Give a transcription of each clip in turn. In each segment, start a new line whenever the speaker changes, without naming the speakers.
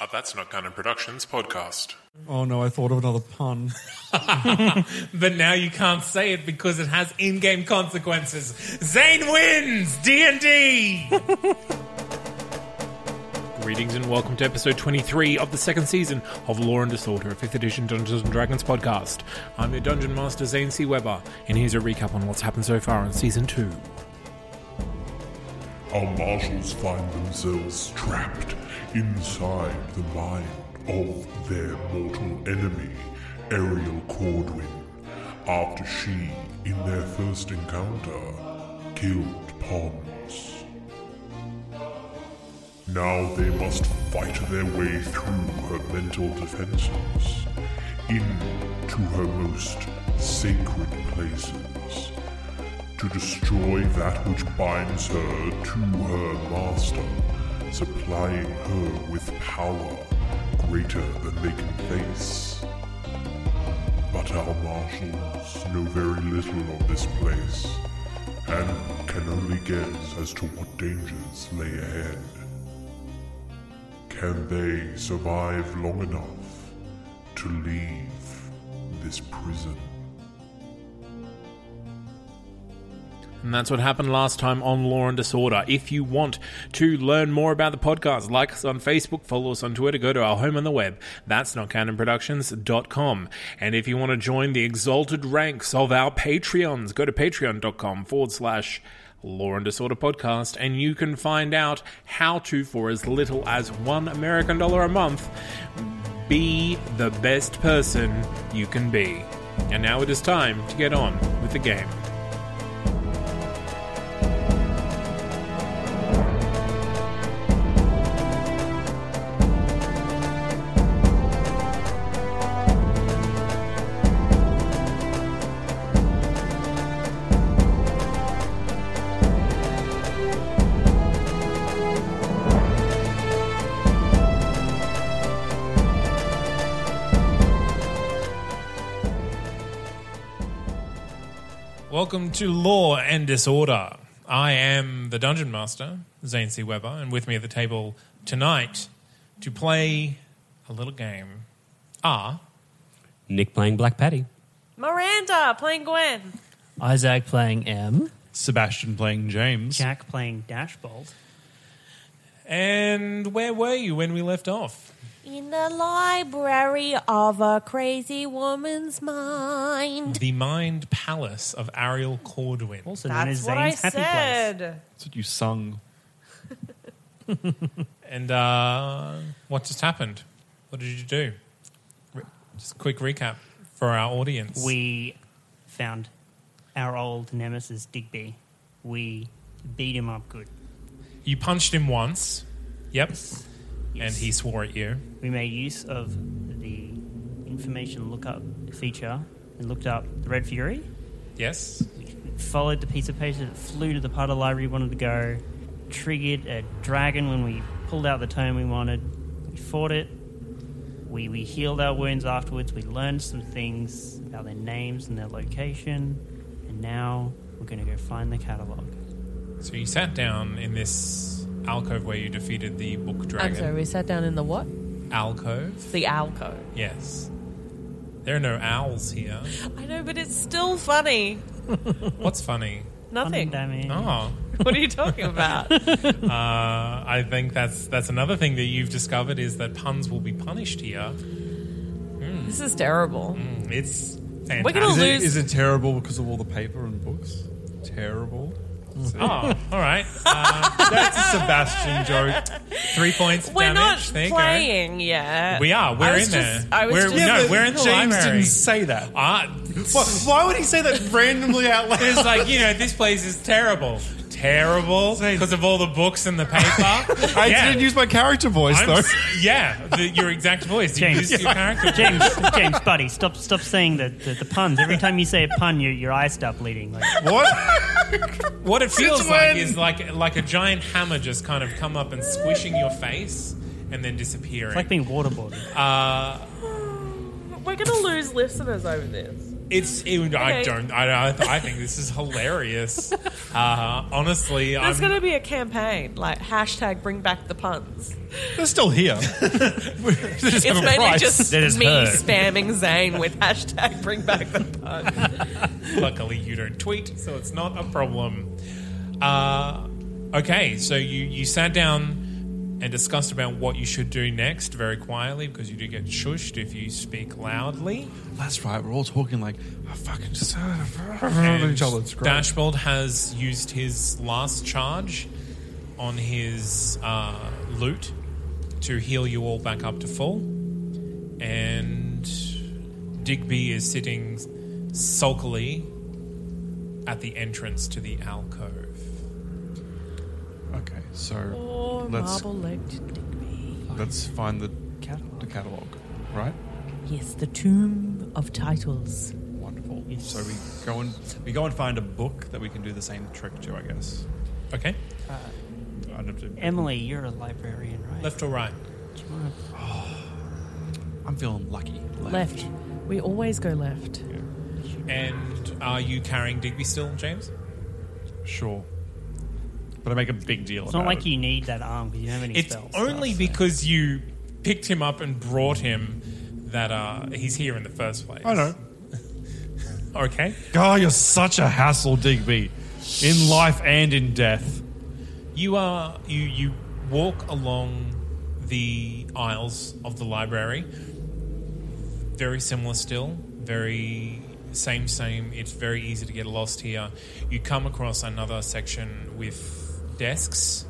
Uh, That's Not Canon Productions podcast.
Oh no, I thought of another pun.
but now you can't say it because it has in-game consequences. Zane wins D&D. Greetings and welcome to episode 23 of the second season of Law and Disorder, a 5th edition Dungeons & Dragons podcast. I'm your Dungeon Master, Zane C. Weber, and here's a recap on what's happened so far in Season 2.
Our marshals find themselves trapped inside the mind of their mortal enemy, Ariel Cordwin, after she, in their first encounter, killed Pons. Now they must fight their way through her mental defenses, into her most sacred places to destroy that which binds her to her master, supplying her with power greater than they can face. But our marshals know very little of this place, and can only guess as to what dangers lay ahead. Can they survive long enough to leave this prison?
And that's what happened last time on Law and Disorder. If you want to learn more about the podcast, like us on Facebook, follow us on Twitter, go to our home on the web. That's notcanonproductions.com. And if you want to join the exalted ranks of our Patreons, go to patreon.com forward slash Law and Disorder podcast, and you can find out how to, for as little as one American dollar a month, be the best person you can be. And now it is time to get on with the game. Welcome to Law and Disorder. I am the Dungeon Master, Zane C. Weber, and with me at the table tonight to play a little game are
Nick playing Black Patty.
Miranda playing Gwen.
Isaac playing M.
Sebastian playing James.
Jack playing Dashbolt.
and where were you when we left off?
In the library of a crazy woman's mind.
The Mind Palace of Ariel Cordwin.
Also known as
That's what I
Zane's Happy
said.
That's what you sung.
And uh, what just happened? What did you do? Re- just a quick recap for our audience.
Place. We found our old nemesis Digby. We beat him up good.
you punched him once. Yep. And
Yes.
he swore at you.
We made use of the information lookup feature and looked up the Red Fury.
Yes.
Followed the piece of paper that flew to the part of the library we wanted to go. Triggered a dragon when we pulled out the tome we wanted. We fought it. We, we healed our wounds afterwards. We learned some things about their names and their location. And now we're going to go find the catalogue.
So you sat down in this alcove where you defeated the book dragon.
I'm sorry, we sat down in the what?
Alcove?
The alcove.
Yes. There are no owls here.
I know, but it's still funny.
What's funny?
Nothing.
Oh.
What are you talking about?
uh, I think that's that's another thing that you've discovered is that puns will be punished here.
This is terrible.
Mm, it's fantastic.
We're gonna
is
lose-
It, is it terrible because of all the paper and books? Terrible.
Oh, all right. Uh, that's a Sebastian joke. Three points. of
We're
damage.
not
There you go.
playing yet.
We are. We're
I
in
was
there.
just- I was
we're,
just-
no, we're in the
James
library.
didn't say that.
Ah,
Why, why would he say that randomly out loud?
It's like you know, this place is terrible, terrible because of all the books and the paper.
I
Yeah.
didn't use my character voice
I'm
though.
s- yeah, the, your exact voice. You
James,
used your character.
James,
voice.
James, buddy, stop, stop saying the, the, the puns. Every time you say a pun, your your eyes start bleeding. Like,
What?
What it feels
Since
like
when?
is like like a giant hammer just kind of come up and squishing your face and then disappearing.
it's like being waterboarded.
uh,
We're gonna lose listeners over this.
It's. It, I
Okay.
don't. I, I, I think this is hilarious. uh, honestly,
There's
I'm.
gonna be a campaign like hashtag Bring Back the Puns.
Oh
They're still here.
It's
have a
mainly
price.
just
That is
me
her.
spamming Zane with hashtag Bring Back the Puns.
Luckily, you don't tweet, so it's not a problem. Uh, okay, so you you sat down and discussed about what you should do next very quietly because you do get shushed if you speak loudly.
That's right. We're all talking like I fucking just
And
each other. It's great.
Dashbold has used his last charge on his uh, loot to heal you all back up to full. And Digby is sitting sulkily at the entrance to the alcove.
Okay, so
Or
let's
marble legged Digby.
let's find the catalog. The catalog, right?
Yes, the Tomb of Titles.
Wonderful. So we go and we go and find a book that we can do the same trick to, I guess. Uh,
Okay.
I'd have to-
Emily, you're a librarian, right?
Left or right?
Do you wanna-
I'm feeling lucky.
Left. We always go left.
And are you carrying Digby still, James?
Sure. But I make a big deal.
It's
about
not like
it.
you need that arm because you don't have any
It's
spells.
only because you picked him up and brought him that uh, he's here in the first place.
I know.
Okay.
God, you're such a hassle, Digby. In life and in death.
You are you you walk along the aisles of the library. Very similar still, very same same. It's very easy to get lost here. You come across another section with desks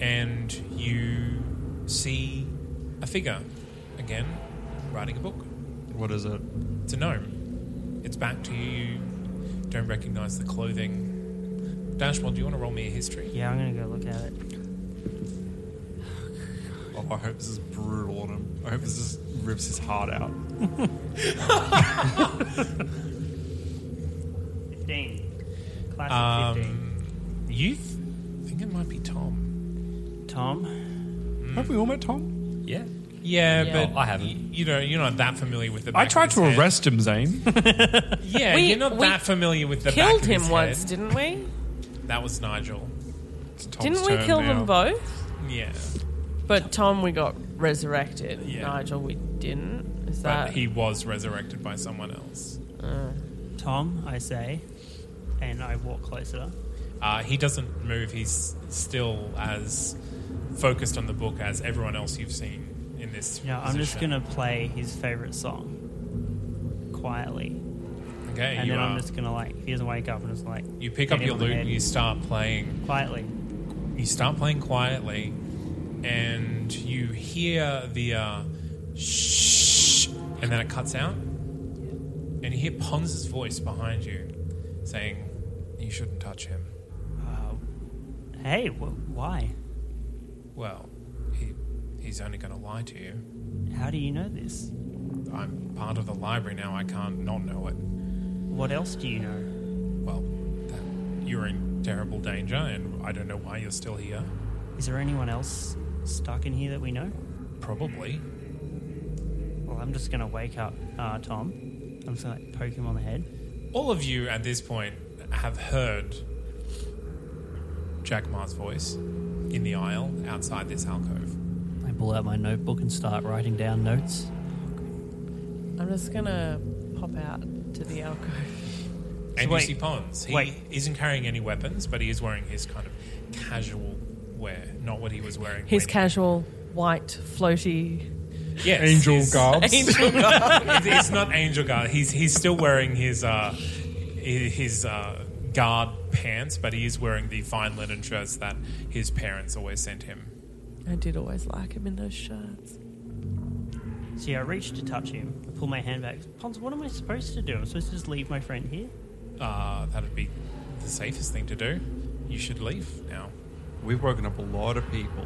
and you see a figure again writing a book.
What is it?
It's a gnome. It's back to you. You don't recognize the clothing. Dashboard, do you want to roll me a history?
Yeah, I'm gonna go look at it.
Oh, I hope this is brutal on him. I hope this just rips his heart out.
15. Classic
Um, you th- think it might be Tom?
15. Tom?
Have we all met Tom?
Yeah.
Yeah,
Yeah.
but
Oh, I haven't.
You know, you're not that familiar with the.
I
Back
tried
of
to
his head.
arrest him, Zane.
Yeah,
We-
you're not
we
that familiar with the. back
Killed
of
him
his
once,
head.
didn't we?
That was Nigel.
It's Tom's
Didn't we
turn
kill
now.
them both?
Yeah,
But Tom, we got resurrected.
Yeah.
Nigel, we didn't. Is
but
that
he was resurrected by someone else.
Tom, I say. And I walk closer.
Uh, he doesn't move. He's still as focused on the book as everyone else you've seen in this.
Yeah, I'm just
position.
gonna play his favorite song quietly.
Okay,
and
you
then
are.
I'm just gonna like, if he doesn't wake up, I'm just like,
you pick
hit
up
him
your
on the
loot
head
and you start playing.
quietly.
You start playing quietly, and you hear the uh, shh, and then it cuts out, and you hear Pons's voice behind you saying, "You shouldn't touch him."
Hey, wh- why?
Well, he, he's only going to lie to you.
How do you know this?
I'm part of the library now. I can't not know it.
What else do you know?
Well, that, you're in terrible danger, and I don't know why you're still here.
Is there anyone else stuck in here that we know?
Probably.
Well, I'm just gonna wake up uh, Tom. I'm just gonna like, poke him on the head.
all of you at this point have heard Jack Ma's voice, in the aisle outside this alcove.
I pull out my notebook and start writing down notes.
I'm just gonna pop out to the alcove.
And
wait,
you see Pons. He
wait.
isn't carrying any weapons, but he is wearing his kind of casual wear, not what he was wearing.
His
when-
casual, white, floaty.
Yes,
Angel
he's-
garbs. Angel
it's, it's not angel guard. He's he's still wearing his uh, his uh, guard pants, but he is wearing the fine linen shirts that his parents always sent him.
I did always like him in those shirts.
See, I reach to touch him. I pull my hand back. Pons, what am I supposed to do? I'm supposed to just leave my friend here?
Uh, that would be the safest thing to do. You should leave now.
We've woken up a lot of people.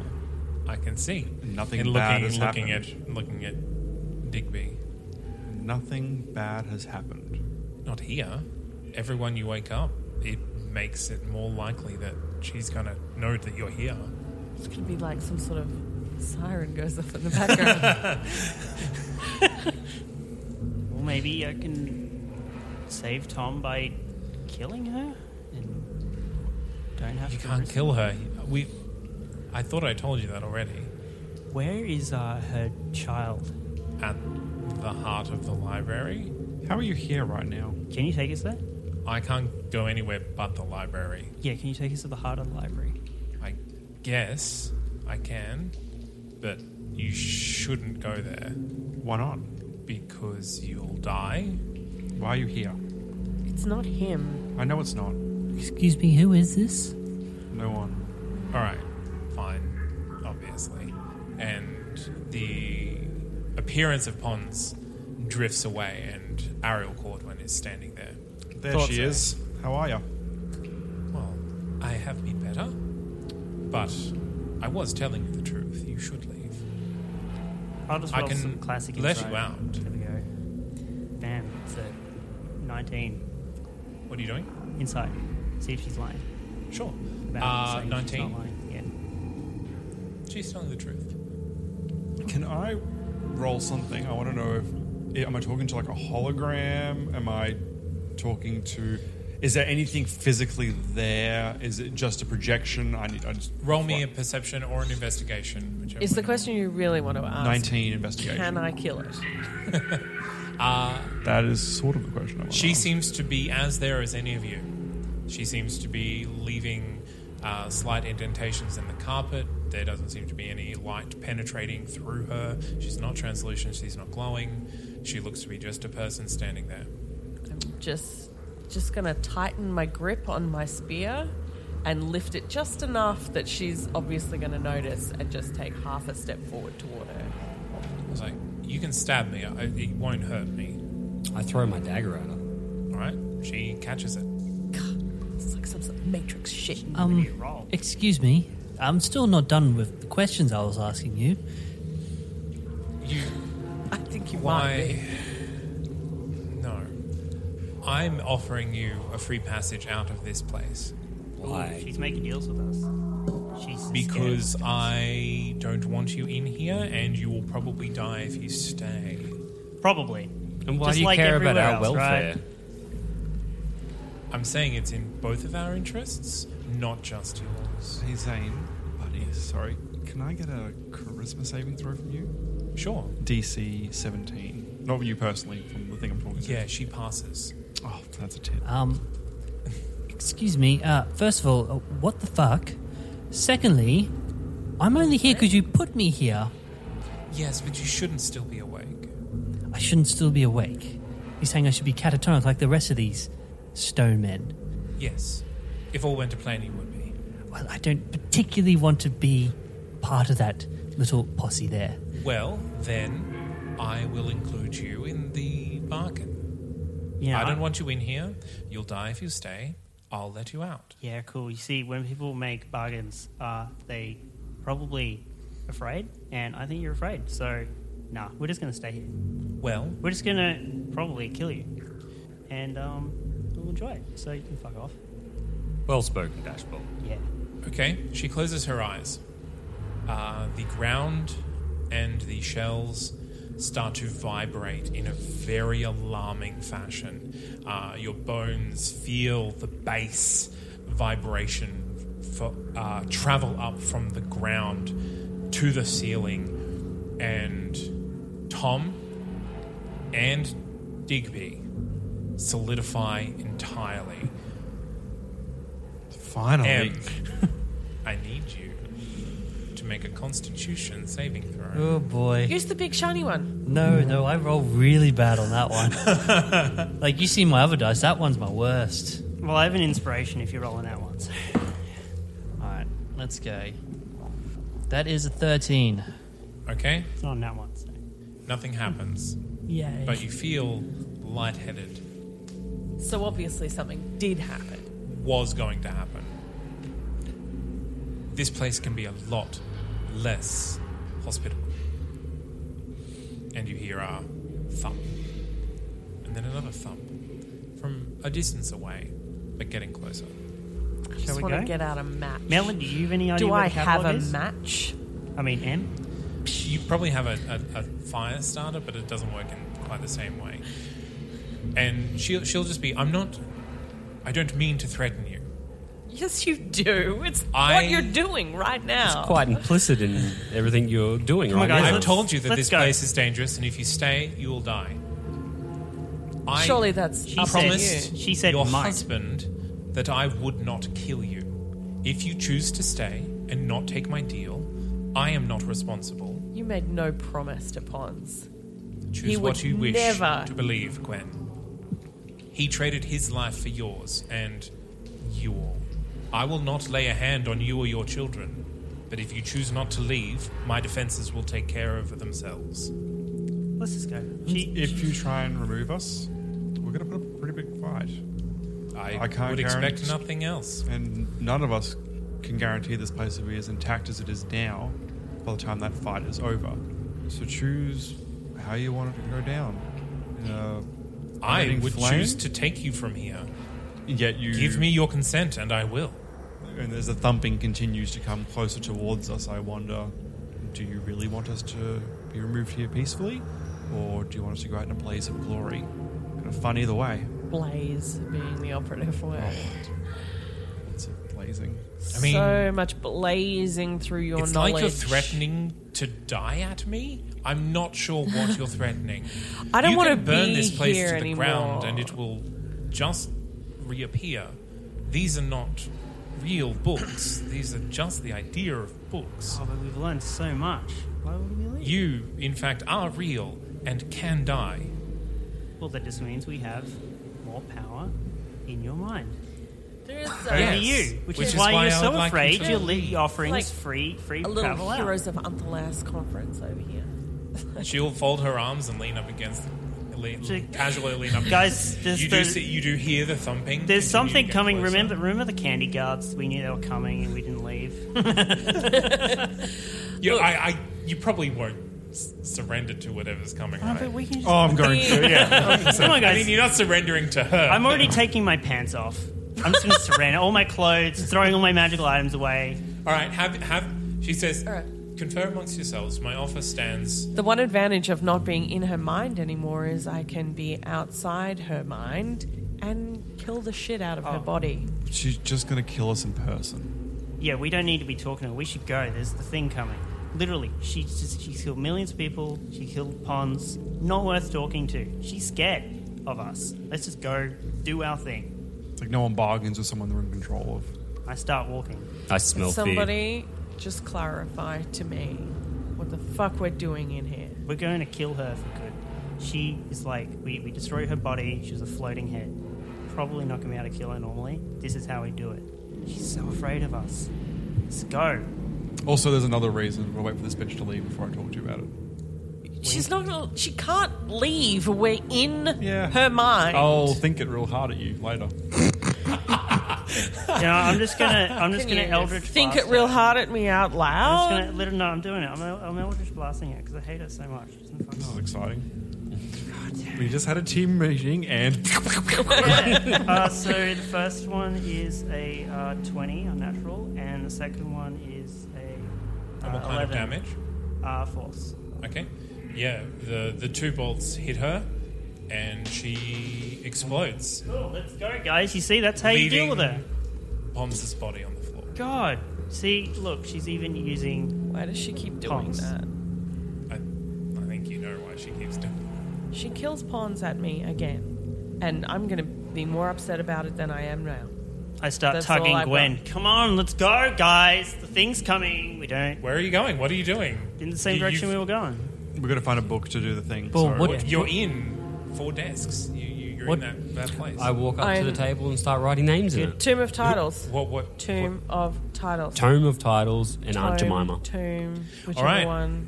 I can see
Nothing
and
bad
looking,
has
looking
happened.
at looking at Digby.
Nothing bad has happened.
Not here. Everyone you wake up, it makes it more likely that she's gonna know that you're here.
It's gonna be like some sort of siren goes off in the background.
Well, maybe I can save Tom by killing her and don't have
You
to.
can't
risk-
kill her. We. I thought I told you that already.
Where is uh, her child?
At the heart of the library.
How are you here right now?
Can you take us there?
I can't go anywhere but the library.
Yeah, can you take us to the heart of the library?
I guess I can, but you shouldn't go there
Why not?
because you'll die.
Why are you here?
it's not him.
I know it's not.
Excuse me, who is this?
No one.
All right, fine, obviously. And the appearance of Pons drifts away, and Ariel Cordwin is standing there.
There
Thought
she
so.
is. How are you?
Well, I have been better, but I was telling you the truth. You should leave.
I'll just
I
roll
can
some classic
let
insight.
you out.
There we go. Bam, it's a 19
What are you doing?
insight. See if she's lying.
Sure.
About
Uh,
saying she's not
19.
lying. Yeah.
She's telling the truth.
Can I roll something? I want to know if am I talking to like a hologram? Am I talking to? Is there anything physically there? Is it just a projection? I need. I just
Roll me a perception or an investigation, whichever.
It's the question you really want to ask.
nineteen investigation.
Can I kill it?
Uh,
That is sort of the question. I want
she seems to be as there as any of you. She seems to be leaving uh, slight indentations in the carpet. There doesn't seem to be any light penetrating through her. She's not translucent. She's not glowing. She looks to be just a person standing there.
I'm just just gonna tighten my grip on my spear and lift it just enough that she's obviously gonna notice and just take half a step forward toward her.
I was like, "You can stab me. I, it won't hurt me."
I throw my dagger at her.
All right. She catches it.
It's like some sort of matrix shit.
Oh.
Um, excuse me, I'm still not done with the questions I was asking you.
You.
I think you
Why? No. I'm offering you a free passage out of this place
Ooh, she's making deals with us. She's
because I don't want you in here, and you will probably die if you stay.
Probably.
And why
Just
do you
like
care about
everywhere
our
else,
welfare?
right?
I'm saying it's in both of our interests, not just yours.
Hey Zane, buddy, sorry. Can I get a charisma saving throw from you?
Sure.
DC seventeen. Not you personally, from the thing I'm talking to.
Yeah, she passes.
Oh, that's a tip.
Um, excuse me, uh, first of all, uh, what the fuck? Secondly, I'm only here because you put me here.
Yes, but you shouldn't still be awake.
I shouldn't still be awake. You're saying I should be catatonic like the rest of these stone men.
Yes. If all went to plan, you would be.
Well, I don't particularly want to be part of that little posse there.
Well, then I will include you in the bargain.
Yeah,
I don't
I-
want you in here. You'll die if you stay. I'll let you out.
Yeah, cool. You see, when people make bargains, uh, they probably afraid, and I think you're afraid. So, nah, we're just gonna stay here.
Well,
We're just gonna probably kill you, and um, we'll enjoy it. So you can fuck off.
Well spoken, Dashbolt.
Yeah.
okay. She closes her eyes. Uh, the ground and the shells start to vibrate in a very alarming fashion. Uh, your bones feel the bass vibration for, uh, travel up from the ground to the ceiling, and Tom and Digby solidify entirely.
Oh,
Finally.
Em, I need you to make a Constitution saving throw.
Oh boy.
Use the big shiny one.
No, no, I roll really bad on that one. like you see my other dice, that one's my worst.
Well, I have an inspiration if you're rolling that one. So.
All right, let's go. That is a thirteen.
Okay.
Not on that one. So.
Nothing happens.
Yay.
But you feel lightheaded.
So obviously something did happen.
was going to happen. This place can be a lot less hospitable. And you hear a thump, and then another thump from a distance away, but getting closer.
I just
we
want
go?
to get out a match.
Melon, do you have any idea
Do
where
I
the
have
catalog
a
is?
match?
I mean, M.
You probably have a, a, a fire starter, but it doesn't work in quite the same way. And she'll, she'll just be, I'm not, I don't mean to threaten you.
Yes, you do. It's
I-
what you're doing right now.
It's
Quite implicit in everything you're doing
Come on,
right
guys,
now.
I've
let's-
told you that
let's
this
go.
place is dangerous, and if you stay, you will die. I
Surely that's
She
up
said-
on
promised
you.
She said
your
might.
husband that I would not kill you. If you choose to stay and not take my deal, I am not responsible.
You made no promise to Pons.
Choose
He
what
would
you wish
never-
to believe, Gwen. He traded his life for yours and you all. I will not lay a hand on you or your children, but if you choose not to leave, my defenses will take care of themselves.
Let's just go. She,
If you try and remove us, we're going to put up a pretty big fight.
I,
I can't
would expect
guarantee-
nothing else.
And none of us can guarantee this place will be as intact as it is now by the time that fight is over. So choose how you want it to go down. In a
I
burning
would
flame?
choose to take you from here.
Yet you
Give me your consent, and I will.
And as the thumping continues to come closer towards us, I wonder do you really want us to be removed here peacefully? Or do you want us to go out in a blaze of glory? Kind of fun either way.
Blaze being the operative word.
It's blazing.
I mean,
so much blazing through your
it's
knowledge.
like you're threatening to die at me. I'm not sure what you're threatening.
I don't
You
wanna
can burn
be
this place
here
to the
anymore.
ground, and it will just reappear. These are not real books. These are just the idea of books.
oh, but we've learned so much. Why would we leave?
You, in fact, are real and can die.
Well, that just means we have more power in your mind.
There is
Over
a,
Yes.
you, which,
Which
is
is
why,
why
you're
I
so
would like you
afraid
to-
you're le- offering
Like
us free, free
a little
travel out.
Heroes of Anthalas conference over here.
She'll fold her arms and lean up against, lean,
She-
casually lean up.
Guys, there's
you do,
the-
see, you do hear the thumping. continue
There's
to
something
get
coming.
closer.
Remember, remember the candy guards? We knew they were coming and we didn't leave.
You, I, I, you probably won't s- surrender to whatever's coming.
Oh,
right?
but we can just.
Oh, I'm going to. Yeah.
Come on,
I
guys.
mean, you're not surrendering to her.
I'm already taking my pants off. I'm just going to surrender all my clothes, throwing all my magical items away.
All right, have have. She says,
All right.
confer amongst yourselves. My offer stands.
The one advantage of not being in her mind anymore is I can be outside her mind and kill the shit out of her body.
She's just going to kill us in person.
Yeah, we don't need to be talking to her. We should go. There's the thing coming. Literally, she's just, she's killed millions of people. She killed Pons. Not worth talking to. She's scared of us. Let's just go do our thing.
It's like no one bargains with someone they're in control of.
I start walking.
I smell fear.
Somebody just clarify to me what the fuck we're doing in here.
We're going to kill her for good. She is like, we, we destroy her body. She's a floating head. Probably not going to be able to kill her normally. This is how we do it. She's so afraid of us. Let's go.
Also, there's another reason. We'll wait for this bitch to leave before I talk to you about it.
She's not gonna. She can't leave. We're in
Yeah.
her mind.
Oh,
I'll think it real hard at you later.
You know, I'm just gonna, I'm just
Can
gonna
you
Eldritch
Think
blast
it real
her.
hard at me out
I'm
loud.
just gonna let her know I'm doing it. I'm, I'm Eldritch blasting it because I hate her so much. She doesn't fucking-
This is exciting. We just had a team meeting and
uh, so the first one is a uh, 20 on natural, and the second one is a uh,
And what kind
11,
of damage?
Uh, force.
Okay. Yeah, the the two bolts hit her, and she explodes,
Cool, let's go, guys. You see, that's how you deal
Leaving-
with her.
bombs his body on the floor.
God. See, look, she's even using.
Why does she keep doing
pawns.
that?
I think you know why she keeps doing
She kills pawns at me again, and I'm gonna be more upset about it than I am now.
I start
That's all
tugging
I've
Gwen.
got.
Come on, let's go, guys. The thing's coming. We don't.
Where are you going? What are you doing?
In the same
You-
direction
you've-
we were going.
We're gonna find a book to do the thing.
Well,
so-
what-
You're in four desks. You, you, you're
What-
in that, that place.
I walk up to
I'm-
the table and start writing names in it.
Tomb of Titles.
What? What?
Tomb of Titles.
Tome of titles and Aunt
Tome,
Jemima.
Tomb. Whichever
All right.
one.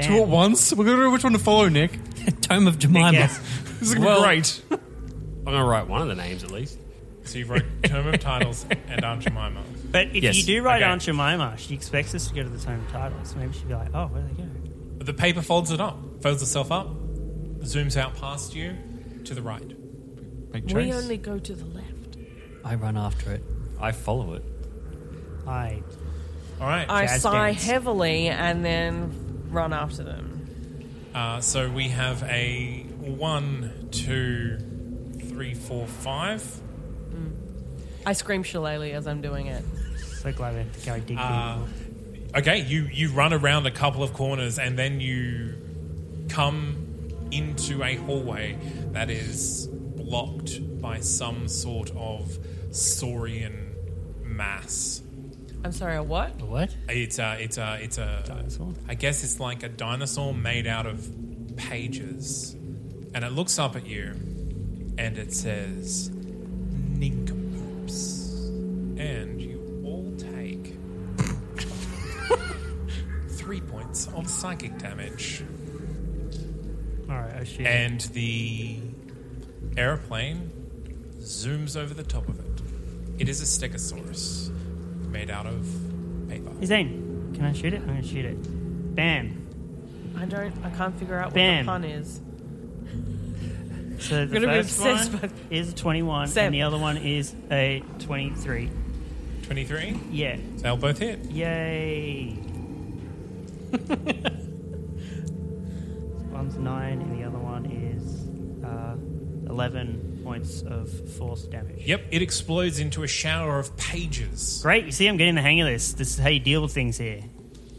Two at once. We're gonna know which one to follow, Nick.
Tome of Jemima.
Yes. This is gonna
Well-
be great.
I'm going to write one of the names at least.
So you wrote Term of Titles and Aunt Jemima.
But if
Yes.
you do write
Okay.
Aunt Jemima, she expects us to go to the same titles. Maybe she'd be like, oh, where'd they go?
The paper folds it up, folds itself up, zooms out past you to the right.
Make
We
choice.
only go to the left.
I run after it. I follow it.
I.
All right.
I
Jazz
sigh
dance.
heavily and then run after them.
Uh, so we have a one, two, three, four, five.
I scream shillelagh as I'm doing it.
So glad we had to go dig
Uh,
deep.
Okay, you, you run around a couple of corners and then you come into a hallway that is blocked by some sort of saurian mass.
I'm sorry, a what?
What?
It's a, it's a, it's a
Dinosaur?
I guess it's like a dinosaur made out of pages. And it looks up at you and it says, Nincompoops. And you all take three points of psychic damage.
All right, oh shit.
And the airplane zooms over the top of it. It is a stegosaurus made out of paper.
Hey, Zane, can I shoot it? I'm going to shoot it. Bam.
I don't. I can't figure out what
Bam.
the pun is.
So the
gonna be
first
obsessed
one is a 21,
Seven.
and the other one is a 23.
23?
Yeah.
They'll both hit.
Yay. One's 9, and the other one is uh, 11 points of force damage.
Yep, it explodes into a shower of pages,
Great. You see, I'm getting the hang of this. This is how you deal with things here.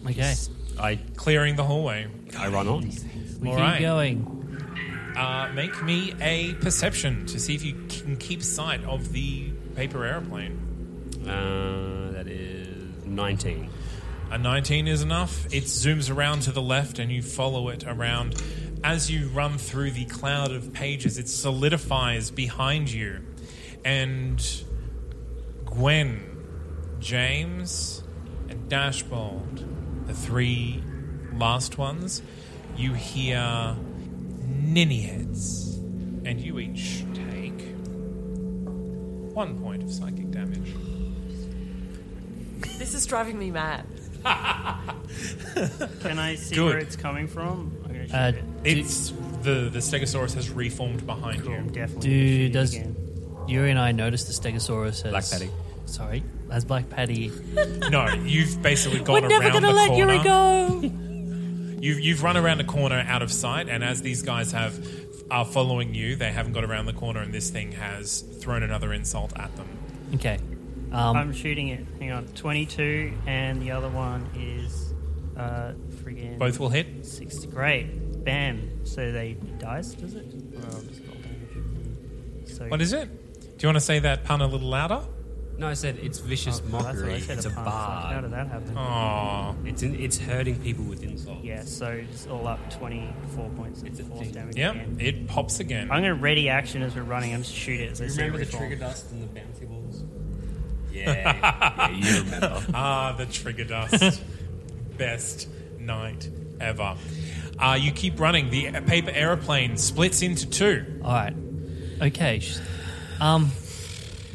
Okay. I,
clearing the hallway.
I run on. Uh, We
All
keep
right.
going.
Uh, make me a perception to see if you can keep sight of the paper airplane.
Uh, that is 19.
A 19 is enough. It zooms around to the left and you follow it around. As you run through the cloud of pages, it solidifies behind you. And Gwen, James, and Dashbold, the three last ones, you hear ninny heads. And you each take one point of psychic damage.
This is driving me mad.
Can I see
Good.
where it's coming from? I'm going to shoot
Uh,
it.
It's the the Stegosaurus has reformed behind
Cool. I'm
you.
definitely gonna shoot
do
it
does
again.
Yuri and I notice the Stegosaurus has
Black Patty.
Sorry, has Black Patty.
No, you've basically gone
We're never
around
gonna
the
let
corner.
Yuri go.
You've you've run around the corner out of sight, and as these guys have are following you, they haven't got around the corner, and this thing has thrown another insult at them.
Okay. Um,
I'm shooting it. Hang on. 22, and the other one is uh, friggin'
Both will hit.
60. Great. Bam. So they dice, does it? Well, I'll just roll damage. So
What is it? Do you want to say that pun a little louder?
no, I said it's vicious
Oh, that's what
mockery.
I said
It's a
upon. How
bar.
did that happen?
Oh.
Aw.
It's in, it's hurting people with insults.
Yeah, so it's all up 24 points of force damage.
Yep,
again.
it pops again.
I'm going to ready action as we're running. I'm just shoot it as I see it
Remember the
reform.
trigger dust and the bouncy balls? Yeah, yeah you remember.
Ah, the trigger dust. Best night ever. Uh, you keep running. The paper aeroplane splits into two.
All right. Okay. sh- Um,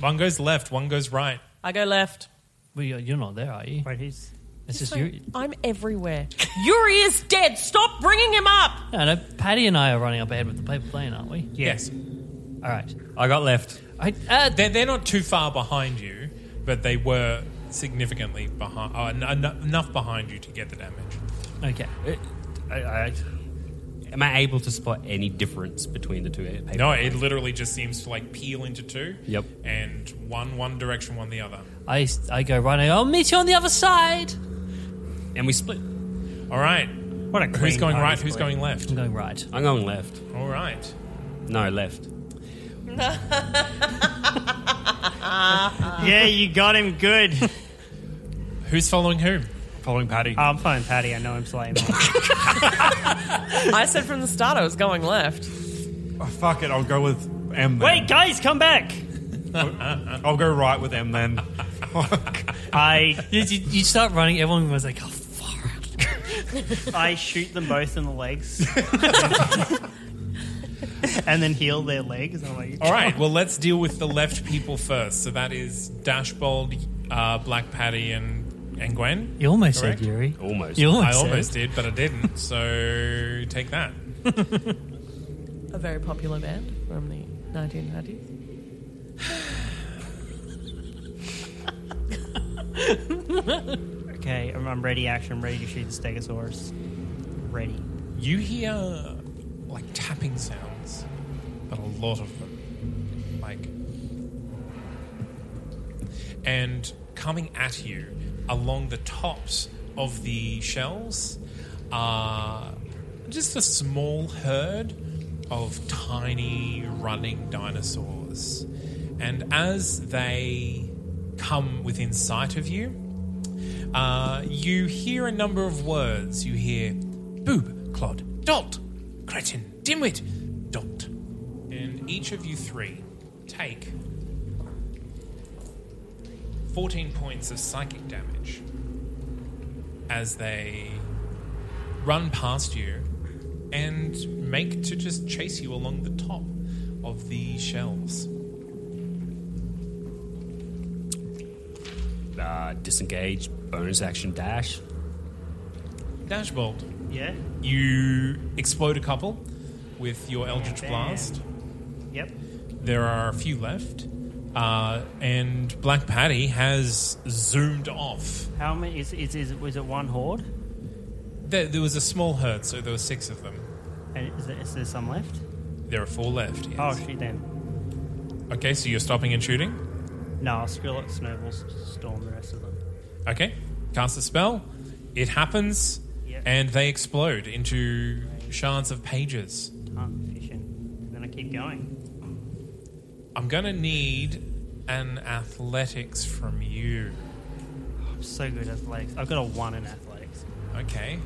One goes left, one goes right.
I go left.
well, you're you're not there, are you?
Wait, who's.
It's just you.
I'm everywhere. Yuri is dead. Stop bringing him up.
No, no. Patty and I are running up ahead with the paper plane, aren't we?
Yes.
All right.
I got left.
I, uh,
They're, they're not too far behind you, but they were significantly behind, uh, en- en- enough behind you to get the damage.
okay.
I, I, Am I able to spot any difference between the two papers?
No, it literally just seems to like peel into two.
Yep.
And one one direction, one the other.
I, I go right. I go, I'll meet you on the other side.
And we split.
All right.
What a
Who's
clean
going
party
right? Who's
split.
going left?
I'm going right.
I'm going left.
All right.
No, left.
yeah, you got him good.
Who's following whom?
Following Patty.
I'm fine, Patty. I know I'm slaying.
I said from the start I was going left.
Oh, fuck it, I'll go with M then.
Wait, guys, come back.
I'll go right with M then.
I
You, you, you start running. Everyone was like, oh, fuck.
I shoot them both in the legs, and then heal their legs. I'm like,
All right. Well, let's deal with the left people first. So that is Dashbold, uh, Black Patty, and and Gwen.
You almost
Correct?
said Yuri.
Almost.
You almost
I
said.
almost did, but I didn't. So take that.
A very popular band from the 1990s.
Okay, I'm, I'm ready. Action. I'm ready to shoot the Stegosaurus. Ready.
You hear like tapping sounds, but a lot of them. Like. And coming at you along the tops of the shells are just a small herd of tiny running dinosaurs. And as they come within sight of you, uh, you hear a number of words. You hear boob, clod, dolt, cretin, dimwit, dolt. And each of you three take 14 points of psychic damage as they run past you and make to just chase you along the top of the shells.
Uh, disengage, bonus action dash.
Dashbolt,
Yeah.
you explode a couple with your Eldritch
Damn.
Blast.
Yep.
There are a few left. Uh, and Black Patty has zoomed off.
How many? Is is is, is it one horde?
There, there was a small herd, so there were six of them.
And is there, is there some left?
There are four left. Yes.
Oh, shoot them.
okay, so you're stopping and shooting.
No, I'll screw it. Snowballs storm the rest of them.
Okay, cast a spell. It happens,
Yep.
and they explode into shards of pages.
Time efficient. Then I keep going.
I'm gonna need an athletics from you.
I'm so good at athletics. I've got a one in athletics.
Okay,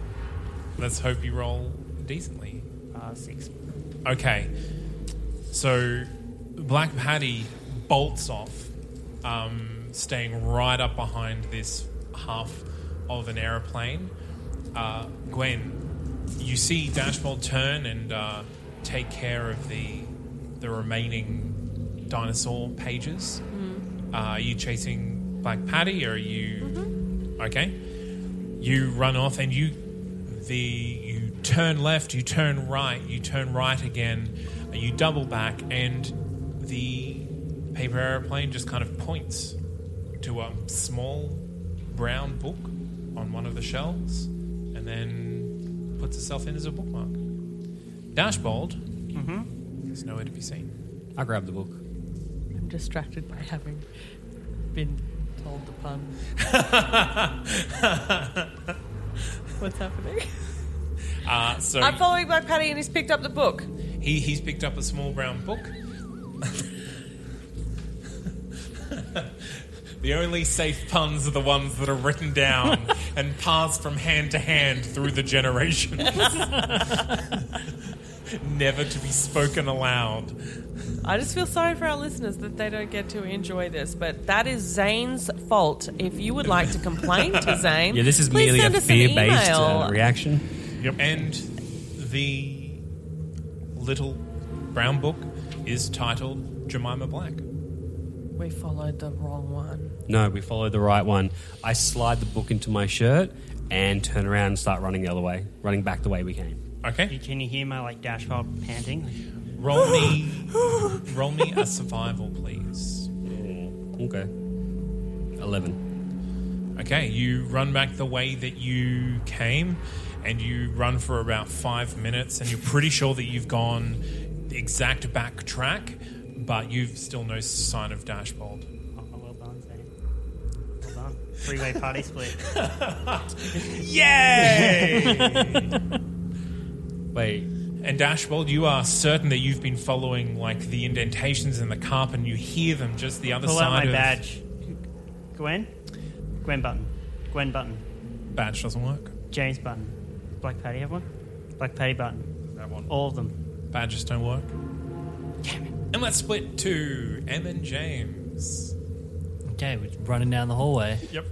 let's hope you roll decently.
Uh, six.
Okay. So Black Patty bolts off, um, staying right up behind this half of an aeroplane. Uh, Gwen, you see Dashbolt turn and uh, take care of the the remaining dinosaur pages. Uh, are you chasing Black Patty, or are you okay? You run off and you the you turn left, you turn right, you turn right again, and you double back, and the paper airplane just kind of points to a small brown book on one of the shelves, and then puts itself in as a bookmark. Dashbold, mm-hmm. there's nowhere to be seen.
I grab the book.
I'm distracted by having been told the pun. What's happening?
Uh, so
I'm following Black Patty and he's picked up the book.
He, he's picked up a small brown book. the only safe puns are the ones that are written down and passed from hand to hand through the generations. Never to be spoken aloud.
I just feel sorry for our listeners that they don't get to enjoy this, but that is Zane's fault. If you would like to complain to Zane,
Yeah, this is
please
merely a
send us an
fear based uh,
email.
reaction.
And the little brown book is titled Jemima Black.
We followed the wrong one.
No, we follow the right one. I slide the book into my shirt and turn around and start running the other way, running back the way we came.
Okay?
Can you hear my like dashboard panting?
Roll me, roll me a survival, please.
Okay. 11.
Okay, you run back the way that you came, and you run for about five minutes, and you're pretty sure that you've gone the exact back track, but you've still no sign of Dashbold.
Oh, well done, Sam. Well done. Three-way party split.
Wait. And Dashbold, you are certain that you've been following like the indentations in the carp, and you hear them just the other
Pull
side
out my
of
badge. Gwen? Gwen Button. Gwen Button.
Badge doesn't work.
James Button. Black Patty have one? Black Patty Button.
That one.
All of them.
Badges don't work. And let's split to M and James.
Okay, we're running down the hallway.
Yep.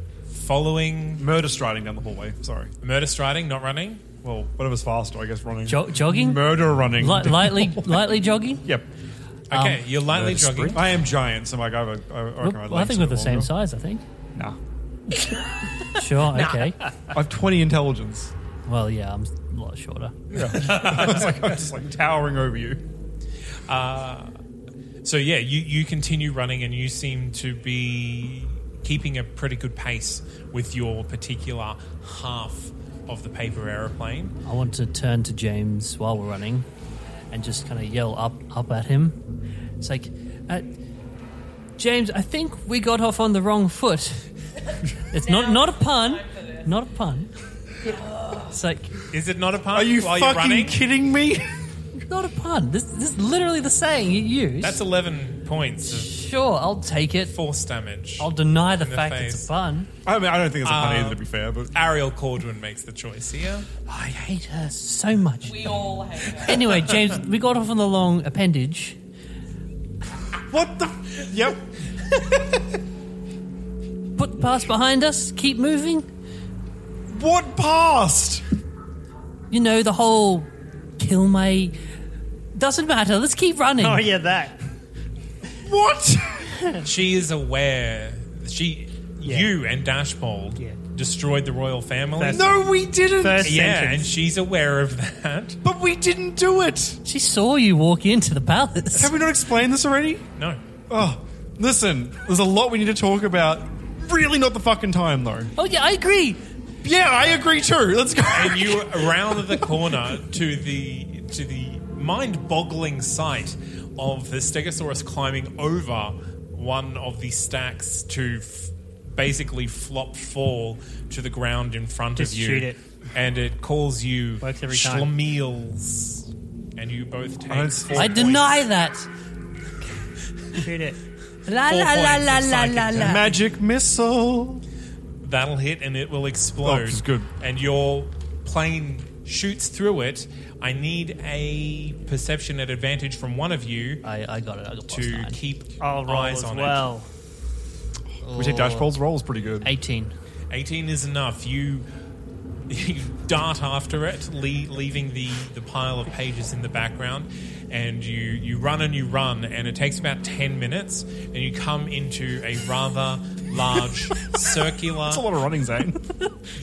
Following
murder striding down the hallway. Sorry,
murder striding, not running.
Well, whatever's faster, I guess running.
Jo- jogging?
murder running,
Li- lightly, lightly jogging.
Yep.
Okay, Um, you're lightly
Murder
jogging.
sprint? I am giant, so like I, have a- I, I reckon my
Well, I
legs
think
are
we're the same
longer.
size. I think.
Nah.
Sure. Okay.
I've twenty intelligence.
Well, yeah, I'm a lot shorter.
Yeah. It's like I'm just like towering over you.
Uh, so yeah, you, you continue running, and you seem to be keeping a pretty good pace with your particular half of the paper aeroplane.
I want to turn to James while we're running and just kind of yell up up at him. It's like, uh, James, I think we got off on the wrong foot. It's not not a pun, not a pun. It's like,
is it not a pun?
Are you
while you're
fucking
running?
kidding me? not a pun. This, this is literally the saying you use.
That's eleven points. Of
sure, I'll take it.
Force damage.
I'll deny the,
in the
fact it's
face.
a pun.
I mean, I don't think it's a pun
Um,
either, to be fair. But
Ariel Cordwin makes the choice here.
I hate her so much.
We all hate her.
Anyway, James, we got off on the long appendage.
What the? Yep.
Put the pass behind us. Keep moving.
What past?
You know the whole kill my. Doesn't matter. Let's keep running.
Oh, yeah, that.
What?
she is aware. She, you, and Dashbold destroyed the royal family.
no, we didn't.
yeah, and she's aware of that.
but we didn't do it.
She saw you walk into the palace.
Have we not explained this already?
No.
Oh, listen. There's a lot we need to talk about. Really, not the fucking time though.
Oh yeah, I agree.
Yeah, I agree too. Let's go.
And you round the corner to the to the mind-boggling sight of the Stegosaurus climbing over one of the stacks to f- basically flop fall to the ground in front
Just
of you.
shoot it.
And it calls you
Works every time.
Schlemiels. And you both take
I
four
deny that.
Shoot it.
La
Four
la la
points
la la
of psychic
la la.
damage.
Magic missile.
That'll hit and it will explode.
Oh, it's good.
And your plane shoots through it. I need a perception at advantage from one of you.
I, I got it. I got plus
to
nine.
keep
I'll roll
eyes
as
on
well.
We take Dashbold's roll is pretty good.
Eighteen.
it. Eighteen is enough. You you dart after it, le- leaving the, the pile of pages in the background, and you you run and you run, and it takes about ten minutes, and you come into a rather large circular.
That's a lot of running, Zane.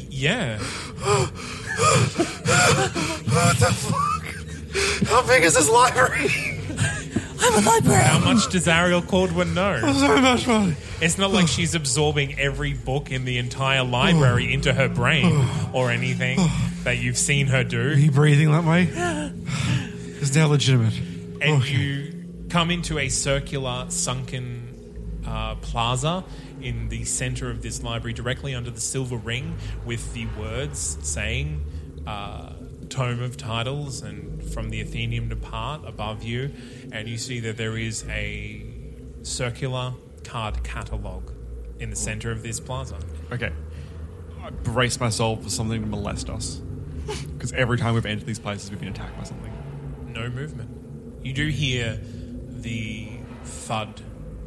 Yeah.
what the fuck? How big is this library?
I'm a librarian.
How much does Ariel Cordwin know?
so much money.
It's not like she's absorbing every book in the entire library into her brain or anything that you've seen her
Are
do.
you breathing that way? It's now legitimate.
And you come into a circular, sunken uh, plaza in the center of this library, directly under the silver ring, with the words saying uh, Tome of Titles and From the Athenium to Part above you. And you see that there is a circular card catalogue in the center of this plaza.
Okay. I brace myself for something to molest us. Because every time we've entered these places, we've been attacked by something.
No movement. You do hear the thud,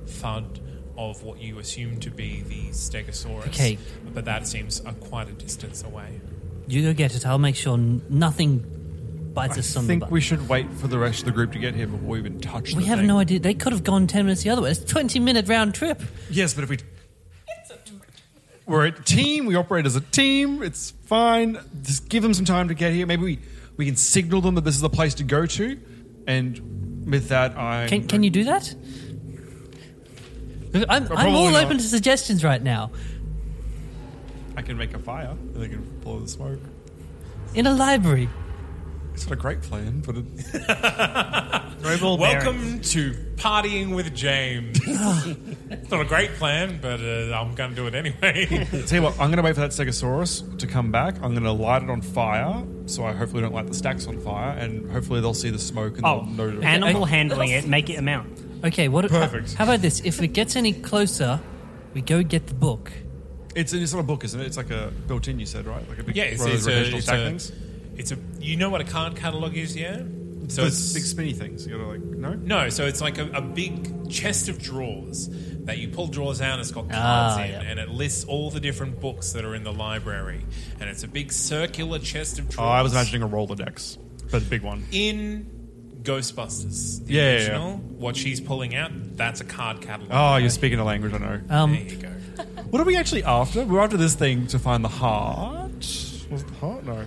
thud of what you assume to be the Stegosaurus.
Okay.
But that seems a, quite a distance away.
You go get it. I'll make sure n- nothing bites us
I
on the
think
butt.
we should wait for the rest of the group to get here before we even touch
We
the
have
thing.
no idea. They could have gone ten minutes the other way. It's a twenty-minute round trip.
Yes, but if we. We're a team. We operate as a team. It's fine. Just give them some time to get here. Maybe we, we can signal them that this is the place to go to. And with that, I
Can, can you do that? I'm, I'm
Probably
all
not.
open to suggestions right now.
I can make a fire. and They can blow the smoke.
in a library.
It's not a great plan, but it,
Welcome to partying with James. it's not a great plan, but uh, I'm going to do it anyway.
Tell you what, I'm going to wait for that Stegosaurus to come back. I'm going to light it on fire, so I hopefully don't light the stacks on fire, and hopefully they'll see the smoke and
Oh,
they'll know.
animal handling it, make it a mount.
Okay, what?
Perfect.
How about this? If it gets any closer, we go get the book.
It's, it's not a book, isn't it? It's like a built-in. You said right, like a big
yeah, it's,
one of
it's,
those
a,
rotational
it's,
stack
a,
things.
it's a. You know what a card catalog is, yeah?
So it's big spinny things. You gotta like no.
No, so it's like a, a big chest of drawers that you pull drawers out and it's got cards
Ah,
in
yeah.
and it lists all the different books that are in the library. And it's a big circular chest of drawers.
Oh, I was imagining a Rolodex, but a big one.
In Ghostbusters, the
Yeah, yeah, yeah.
original, what she's pulling out, that's a card catalog.
Oh, you're speaking a language I know.
Um,
there you go.
What are we actually after? We're after this thing to find the heart. Was it the heart? No.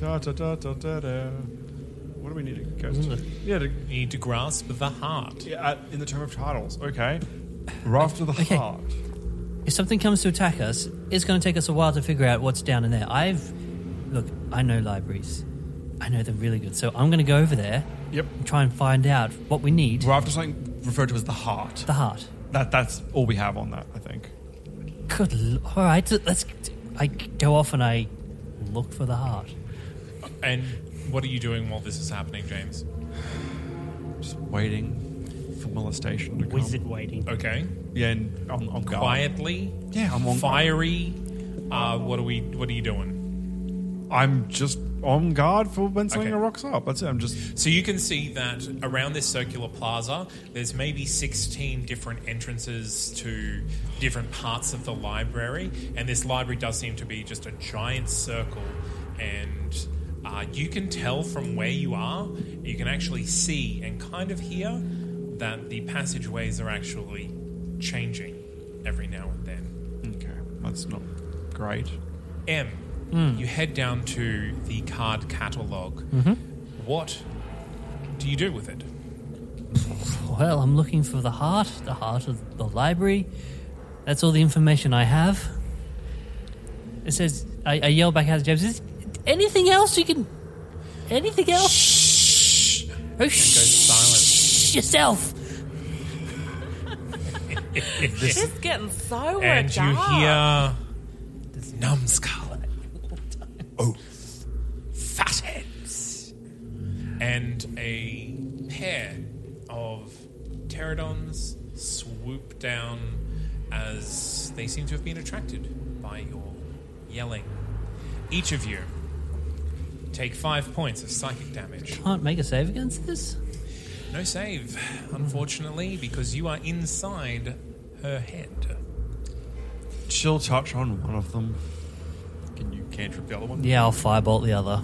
Da, da, da, da, da, da. What do we need to go to? Yeah, to,
You need to grasp the heart.
yeah, uh, in the term of titles. Okay. We're after the
Okay.
heart.
If something comes to attack us, it's going to take us a while to figure out what's down in there. I've look, I know libraries. I know them really good, so I'm going to go over there.
Yep.
And try and find out what we need.
We're after something referred to as the heart.
The heart.
That That's all we have on that, I think.
Good. L- all right, let's. I go off and I look for the heart.
And what are you doing while this is happening, James?
Just waiting for molestation to come.
Wizard waiting.
Okay.
Yeah, and on, on guard.
Quietly?
Yeah, I'm on
Fiery? Uh, what are we what are you doing?
I'm just on guard for when something
Okay.
rocks up. That's it. I'm just.
So you can see that around this circular plaza, there's maybe 16 different entrances to different parts of the library, and this library does seem to be just a giant circle. And uh, you can tell from where you are, you can actually see and kind of hear that the passageways are actually changing every now and then.
Okay. That's not great. Hmm.
M, you head down to the card catalog.
Mm-hmm.
What do you do with it?
Well, I'm looking for the heart, the heart of the library. That's all the information I have. It says, I, I yell back out to James, is anything else you can. Anything else? Shh! Oh, shh!
Silence.
Yourself!
She's getting so worked
and you
up.
hear numbskull, oath, fatheads, and a pair of pterodons swoop down as they seem to have been attracted by your yelling. Each of you take five points of psychic damage.
Can't make a save against this?
No save, unfortunately, because you are inside her head.
She'll touch on one of them. Can you cantrip the other one?
Yeah, I'll firebolt the other.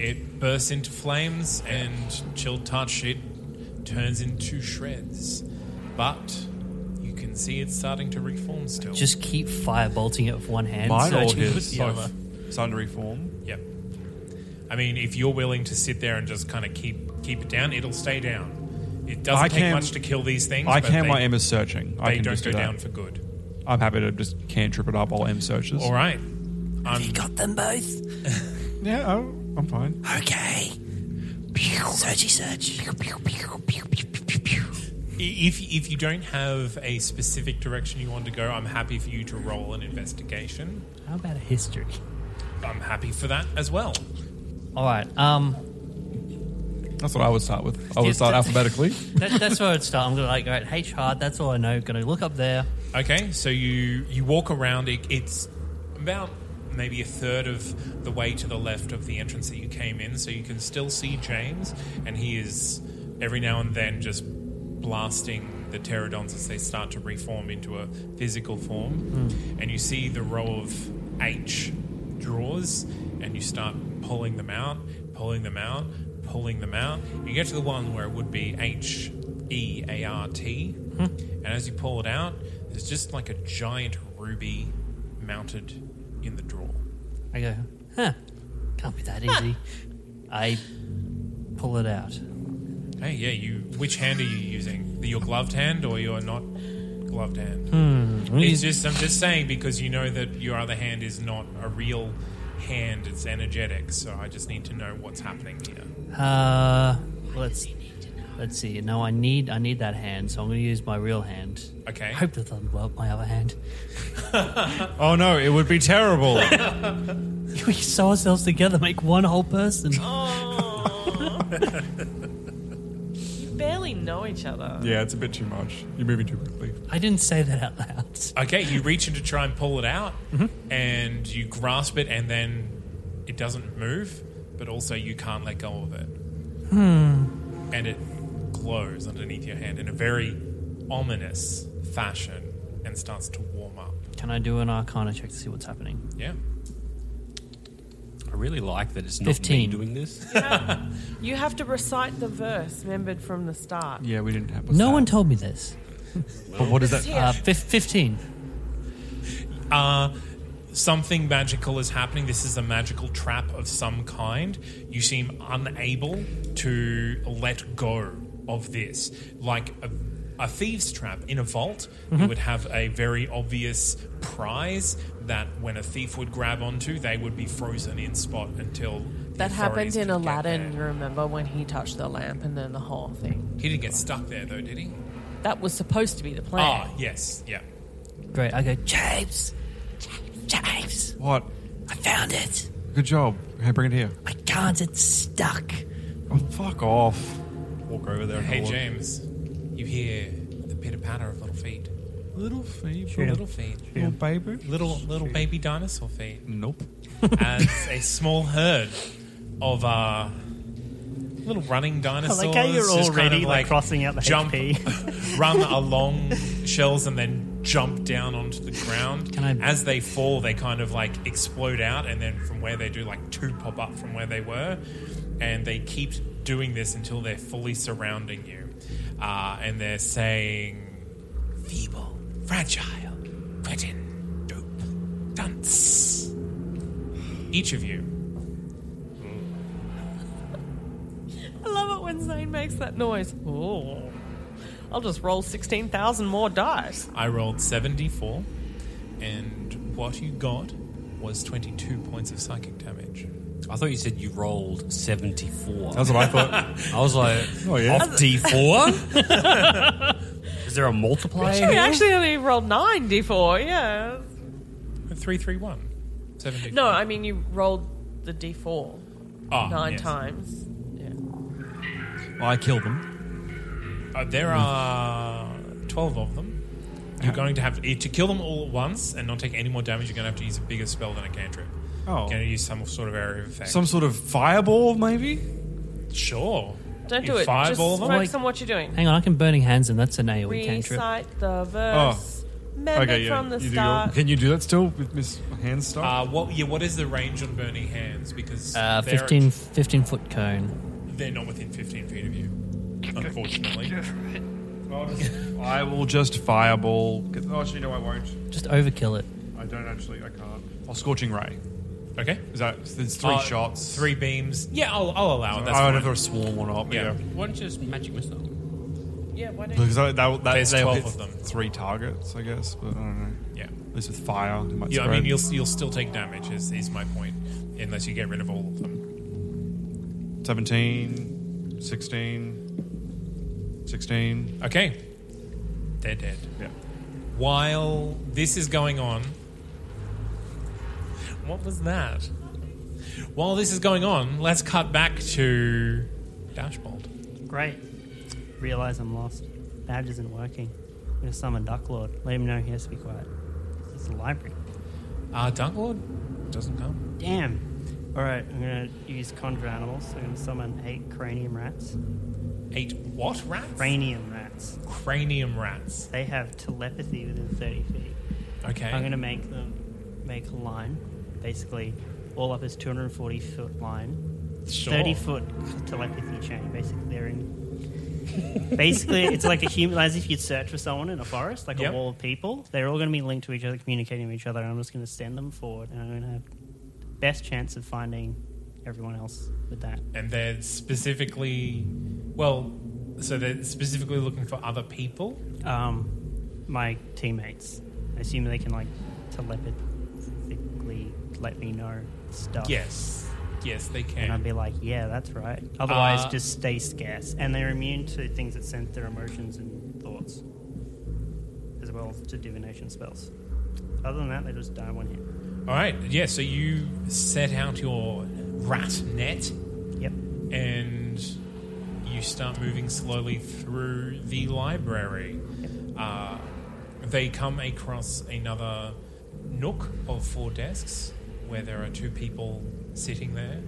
It bursts into flames, and chill touch it turns into shreds. But you can see it's starting to reform still.
Just keep firebolting it with one hand.
Mine or
searching with
his?
the other.
Both. Starting to reform.
yep. I mean, if you're willing to sit there and just kind of keep keep it down, it'll stay down. It doesn't
I
take
can-
much to kill these things.
I
but
can.
They,
my M is searching. I
they
can
don't
just
go
do that.
down for good.
I'm happy to just cantrip it up while M searches.
All right. Um, I'm,
Got them both.
Yeah, oh, I'm fine.
Okay. Searchy search.
If if you don't have a specific direction you want to go, I'm happy for you to roll an investigation.
How about a history?
I'm happy for that as well.
All right. Um,
That's what I would start with. I would
Yes,
start
that-
alphabetically.
that, that's where I'd start. I'm gonna like, all right, H hard. That's all I know. Gonna look up there.
Okay, so you you walk around. It, it's about maybe a third of the way to the left of the entrance that you came in, so you can still see James, and he is every now and then just blasting the pterodons as they start to reform into a physical form. And you see the row of H drawers, and you start pulling them out, pulling them out, pulling them out. You get to the one where it would be H E A R T, and as you pull it out, there's just like a giant ruby mounted in the drawer.
I go, huh? Can't be that easy. I pull it out.
Hey, yeah, you. Which hand are you using? Your gloved hand or your not gloved hand?
Hmm. I'm gonna
It's
use-
just I'm just saying because you know that your other hand is not a real hand. It's energetic, so I just need to know what's happening here.
Uh, let's let's see. No, I need I need that hand, so I'm going to use my real hand.
Okay.
I hope that doesn't blow up my other hand.
Oh no, it would be terrible.
we sew ourselves together, make one whole person.
Oh.
You barely know each other.
yeah, it's a bit too much. You're moving too quickly.
I didn't say that out loud.
Okay, you reach in to try and pull it out, and you grasp it, and then it doesn't move, but also you can't let go of it.
Hmm.
And it glows underneath your hand in a very ominous fashion and starts to warm up.
Can I do an Arcana check to see what's happening?
Yeah.
I really like that it's not me
15.
doing this.
You have to recite the verse remembered from the start.
Yeah, we didn't have.
no one told me this.
But what is that?
Uh, fif- Fifteen.
Uh, something magical is happening. This is a magical trap of some kind. You seem unable to let go of this. Like a, a thieve's trap in a vault, you
Mhm.
would have a very obvious prize that when a thief would grab onto, they would be frozen in spot until. the
That happened
authorities
in
could get
Aladdin,
there.
you remember, when he touched the lamp and then the whole thing.
He didn't get stuck there, though, did he?
That was supposed to be the
Ah,
plan.
yes, yeah.
Great. I go, James, James,
What?
I found it.
Good job. Oh, Hey, bring it here.
I can't. It's stuck.
Oh, fuck off. Walk over there. and
Hey,
I'll-
James, you hear the pitter patter of little feet. Little feet,
Shoot 'em.
little feet,
Shoot 'em. Little baby?
little little
Shoot 'em.
baby dinosaur feet.
Nope.
As a small herd of uh, little running dinosaurs,
like how you're
just kind
already,
of,
like, crossing out the
jump,
HP.
run along shells, and then jump down onto the ground.
Can I-
As they fall, they kind of like explode out, and then from where they do, like two pop up from where they were, and they keep doing this until they're fully surrounding you, uh, and they're saying, "Feeble, fragile, cretin, dope, dunce." Each of you.
I love it when Zane makes that noise. Oh. I'll just roll 16,000 more dice.
I rolled 74, and what you got was 22 points of psychic damage.
I thought you said you rolled 74.
That's what I thought.
I was like,
Oh, yeah.
off D4? Is there a multiplier?
She
here?
actually only rolled 9 d4, yeah.
331. 70.
No, I mean, you rolled the d4
Ah,
nine
yes.
times. Yeah.
I killed them. Uh, there
Hmm.
are 12 of them. You're going to have to kill them all at once and not take any more damage. You're going to have to use a bigger spell than a cantrip.
Oh.
You're going to use some sort of area of effect.
Some sort of fireball, maybe?
Sure.
Don't
You
do it. Just
Fireball them?
focus on what you're doing.
Hang on, I can burning hands, and that's an AOE cantrip.
Recite the verse. Remember from the
Oh. you do your-
start.
Can you do that still with Miss Hand stuff?
Uh, what, yeah, what is the range on burning hands? Because
Uh,
they're-
15, 15 foot cone.
They're not within 15 feet of you, unfortunately.
Uh, I will just fireball. Oh, actually, no, I won't.
Just overkill it.
I don't actually. I can't. Oh, scorching ray.
Okay,
is that it's three
Uh,
shots,
three beams? Yeah, I'll, I'll allow it. That's
I don't know
fine.
if they're a swarm or not. but
Yeah.
Yeah,
Why don't you just magic missile?
Yeah, why don't
because
you?
that, that, that
There's
they'll
12
hit
of them.
Three targets, I guess, but I don't know.
Yeah.
at least with fire, it might
Yeah, I
spread.
mean, you'll, you'll still take damage, is, is my point, unless you get rid of all of them.
17, 16, 16.
Okay. They're dead.
Yeah.
While this is going on, what was that? While this is going on, let's cut back to Dashbolt.
Great. Realize I'm lost. Badge isn't working. I'm gonna summon Duck Lord. Let him know he has to be quiet. It's the library.
Uh, Dunklord doesn't come.
Damn. All right, I'm gonna use conjure animals. So I'm gonna summon eight cranium rats.
Eight what rats?
Cranium rats.
Cranium rats.
They have telepathy within 30 feet.
Okay.
I'm gonna make them make a line. Basically, all up is 240 foot line.
Sure.
30 foot telepathy chain. Basically, they're in. basically, it's like a human, as if you'd search for someone in a forest, like
Yep.
a wall of people. They're all going to be linked to each other, communicating with each other. And I'm just going to send them forward, and I'm going to have best chance of finding everyone else with that.
and they're specifically well so they're specifically looking for other people
Um, my teammates. I assume they can like telepathically let me know stuff.
Yes. Yes, they can.
And I'd be like, yeah, that's right. Otherwise,
Uh,
just stay scarce. And they're immune to things that sense their emotions and thoughts, as well as to divination spells. Other than that, they just die one hit.
All right. Yeah. So you set out your rat net.
Yep.
And you start moving slowly through the library. Uh, they come across another nook of four desks where there are two people sitting there.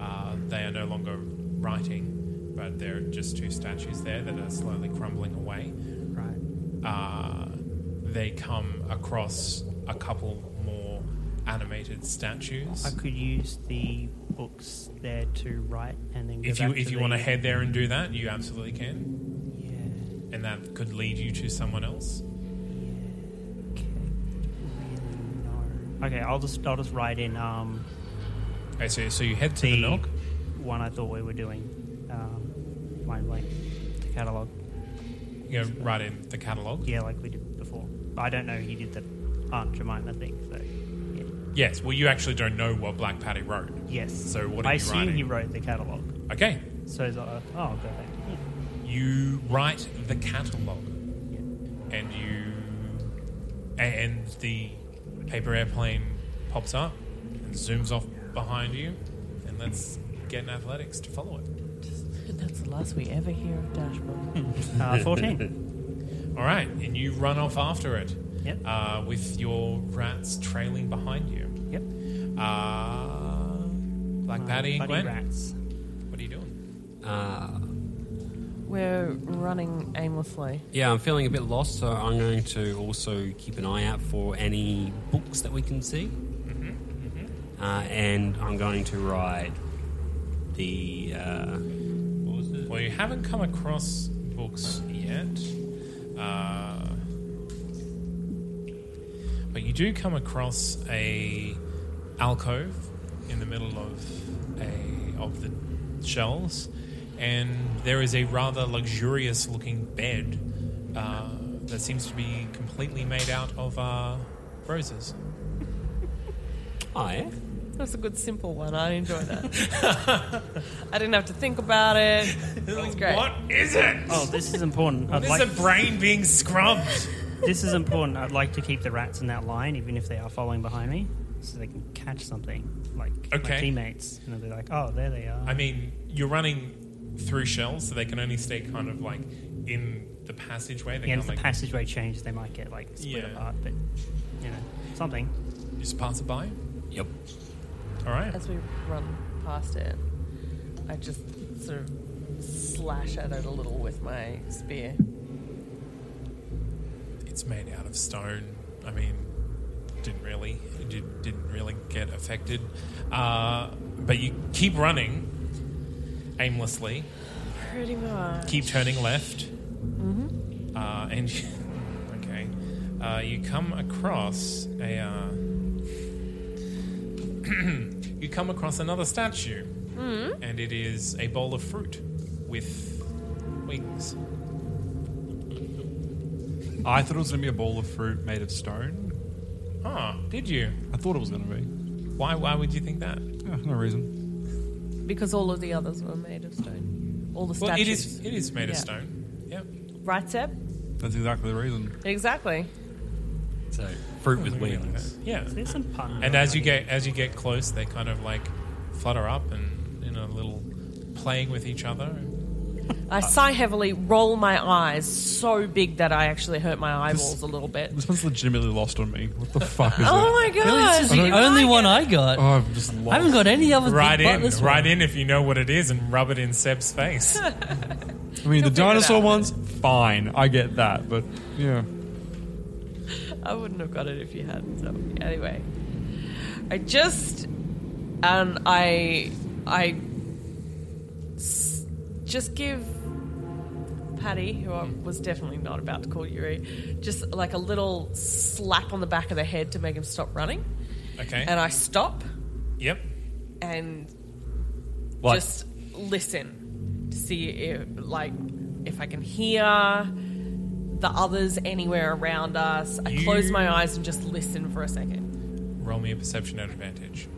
Uh, they are no longer writing, but there are just two statues there that are slowly crumbling away.
Right.
Uh, they come across a couple more animated statues.
I could use the books there to write and then go
If you
back
if
to
you
the-
want to head there and do that, you absolutely can. Yeah. And that could lead you to someone else.
Okay, I'll just I'll just write in. Um,
okay, so so you head to the knock?
One I thought we were doing. Um, mind blank. The catalog.
You go right in the catalog.
Yeah, like we did before. But I don't know. He did the Aunt Jemima thing. So
Yes. Well, you actually don't know what Black Patty wrote.
yes.
So what are
I
you
assume
writing?
he wrote the catalog.
Okay.
So it's like, oh, I'll go back.
You write the catalog, and you a- and the paper airplane pops up and zooms off behind you, and let's get an athletics to follow it.
That's the last we ever hear of Dashboard.
Uh, 14.
All right, and you run off after it.
Yep.
Uh, with your rats trailing behind you.
Yep.
Uh, Black
My
Patty and
buddy
Gwen.
Rats.
What are you doing?
Uh,
We're running aimlessly.
yeah, I'm feeling a bit lost, so I'm going to also keep an eye out for any books that we can see. Uh, and I'm going to ride the. Uh, what was it?
Well, you haven't come across books yet, uh, but you do come across a alcove in the middle of a of the shelves, and there is a rather luxurious looking bed uh, that seems to be completely made out of uh, roses.
Oh, yeah.
That's a good simple one. I enjoy that. I didn't have to think about it. It was great.
What is it?
Oh, this is important. I'd
This
like-
is a brain being scrubbed.
This is important. I'd like to keep the rats in that line, even if they are following behind me, so they can catch something like my
Okay.
teammates, and they'll be like, "Oh, there they are."
I mean, you're running through shells, so they can only stay kind of like in the passageway. They
yeah, and
can't,
if
like,
the passageway changes, they might get like split
Yeah.
apart, but you know, something.
Just pass it by.
Yep.
All right.
As we run past it, I just sort of slash at it a little with my spear.
It's made out of stone. I mean, didn't really, it did, didn't really get affected. Uh, but you keep running aimlessly.
Pretty much.
Keep turning left.
Mm-hmm.
Uh, and okay, uh, you come across a uh, you come across another statue,
Mhm.
and it is a bowl of fruit with wings.
I thought it was going to be a bowl of fruit made of stone.
Ah, did you?
I thought it was going to be.
Why? Why would you think that?
Yeah, no reason.
Because all of the others were made of stone. All the
Well,
statues.
it is. It is made of
Yeah.
stone. Yep.
Right, Seb?
That's exactly the reason.
Exactly.
So fruit with
Something like
wings.
that. Yeah.
There's some pun.
And as you get as you get close, they kind of like flutter up and in a little playing with each other.
I sigh heavily, roll my eyes so big that I actually hurt my eyeballs a little bit.
This one's legitimately lost on me. What the fuck is
Oh
it?
my god!
This is the only one I got.
Oh, I've just lost.
I haven't got any other
Right
thing
in,
but this one.
right in if you know what it is, and rub it in Seb's face.
I mean, the dinosaur one's fine. I get that, but yeah.
I wouldn't have got it if you hadn't. So anyway, I just and I I s- just give Patty, who I was definitely not about to call Yuri, just like a little slap on the back of the head to make him stop running.
Okay.
And I stop
Yep.
and
What?
just listen to see if like if I can hear the others anywhere around us. I
You-
close my eyes and just listen for a second.
Roll me a perception at advantage.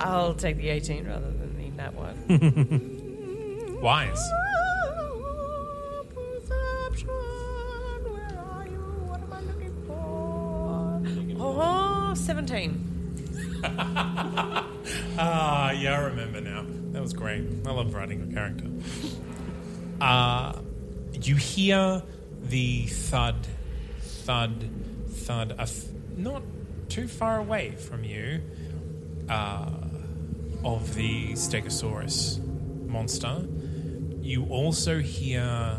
I'll take the 18 rather than the nat one.
Wise.
Oh, 17.
Ah, yeah, I remember now. That was great. I love writing a character. Uh, you hear the thud, thud, thud, a f- not too far away from you, uh, of the Stegosaurus monster. You also hear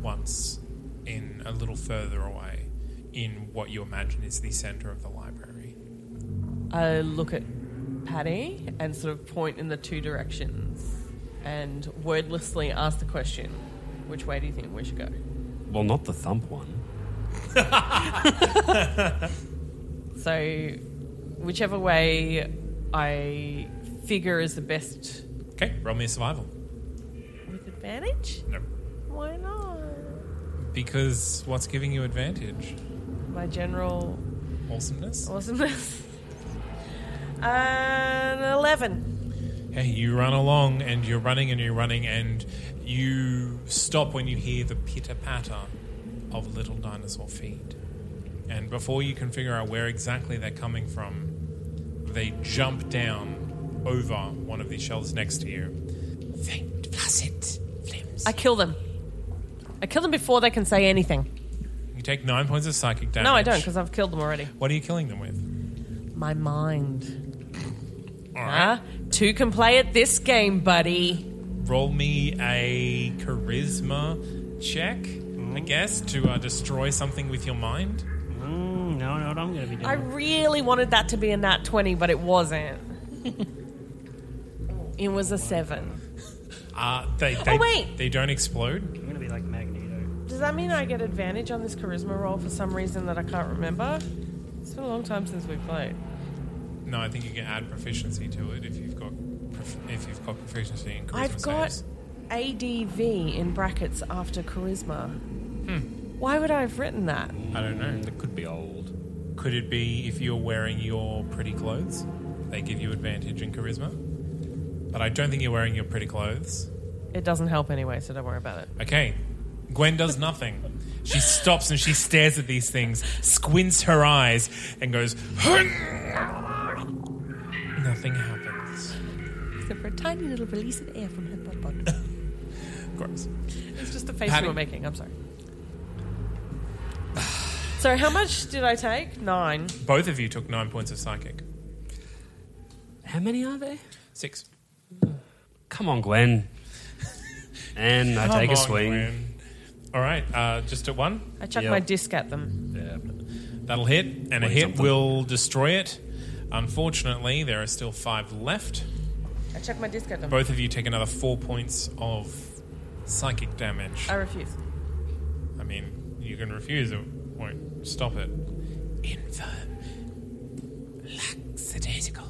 once in a little further away in what you imagine is the center of the library.
I look at Patty and sort of point in the two directions and wordlessly ask the question which way do you think we should go?
Well, not the thump one.
So, whichever way I figure is the best
Okay, roll me a survival.
with advantage?
No.
Why not?
Because what's giving you advantage?
My general
Awesomeness?
awesomeness. An 11.
Hey, you run along and you're running and you're running and you stop when you hear the pitter patter of little dinosaur feet. And before you can figure out where exactly they're coming from, they jump down over one of these shelves next to you. Faint facet flames.
I kill them. I kill them before they can say anything.
You take nine points of psychic damage.
No, I don't, because I've killed them already.
What are you killing them with?
My mind.
All right.
Huh? Two can play at this game, buddy.
roll me a charisma check, I
Mm-hmm.
guess, to uh, destroy something with your mind.
Mm, no, no, I'm going to be doing.
I really wanted that to be a nat 20, but it wasn't. it was a 7.
Uh, they, they,
Oh, wait.
They don't explode.
I'm going to be like Magneto.
Does that mean I get advantage on this charisma roll for some reason that I can't remember? It's been a long time since we played.
No, I think you can add proficiency to it if you've got prof- if you've got proficiency in charisma
I've got
saves.
ADV in brackets after charisma. Why would I have written that?
Hmm. I don't know.
That could be old.
Could it be if you're wearing your pretty clothes? They give you advantage in charisma. But I don't think you're wearing your pretty clothes.
It doesn't help anyway, so don't worry about it.
Okay. Gwen does nothing. She stops and she stares at these things, squints her eyes, and goes, Nothing happens.
Except for a tiny little release of air from her butt bud.
Gross.
it's just the face
Patty-
you were making. I'm sorry. so how much did I take? Nine.
Both of you took nine points of psychic.
How many are there?
Six.
Come on, Gwen. and I
Come
take a
on,
swing.
Gwen. All right, uh, just at one.
I chucked
Yep.
my disc at them.
That'll hit, and a
Wait,
hit
something.
will destroy it. Unfortunately, there are still five left.
I chucked my disc at them.
Both of you take another four points of psychic damage.
I refuse.
I mean, you can refuse, it won't stop it. Infirm. Lackadaisical.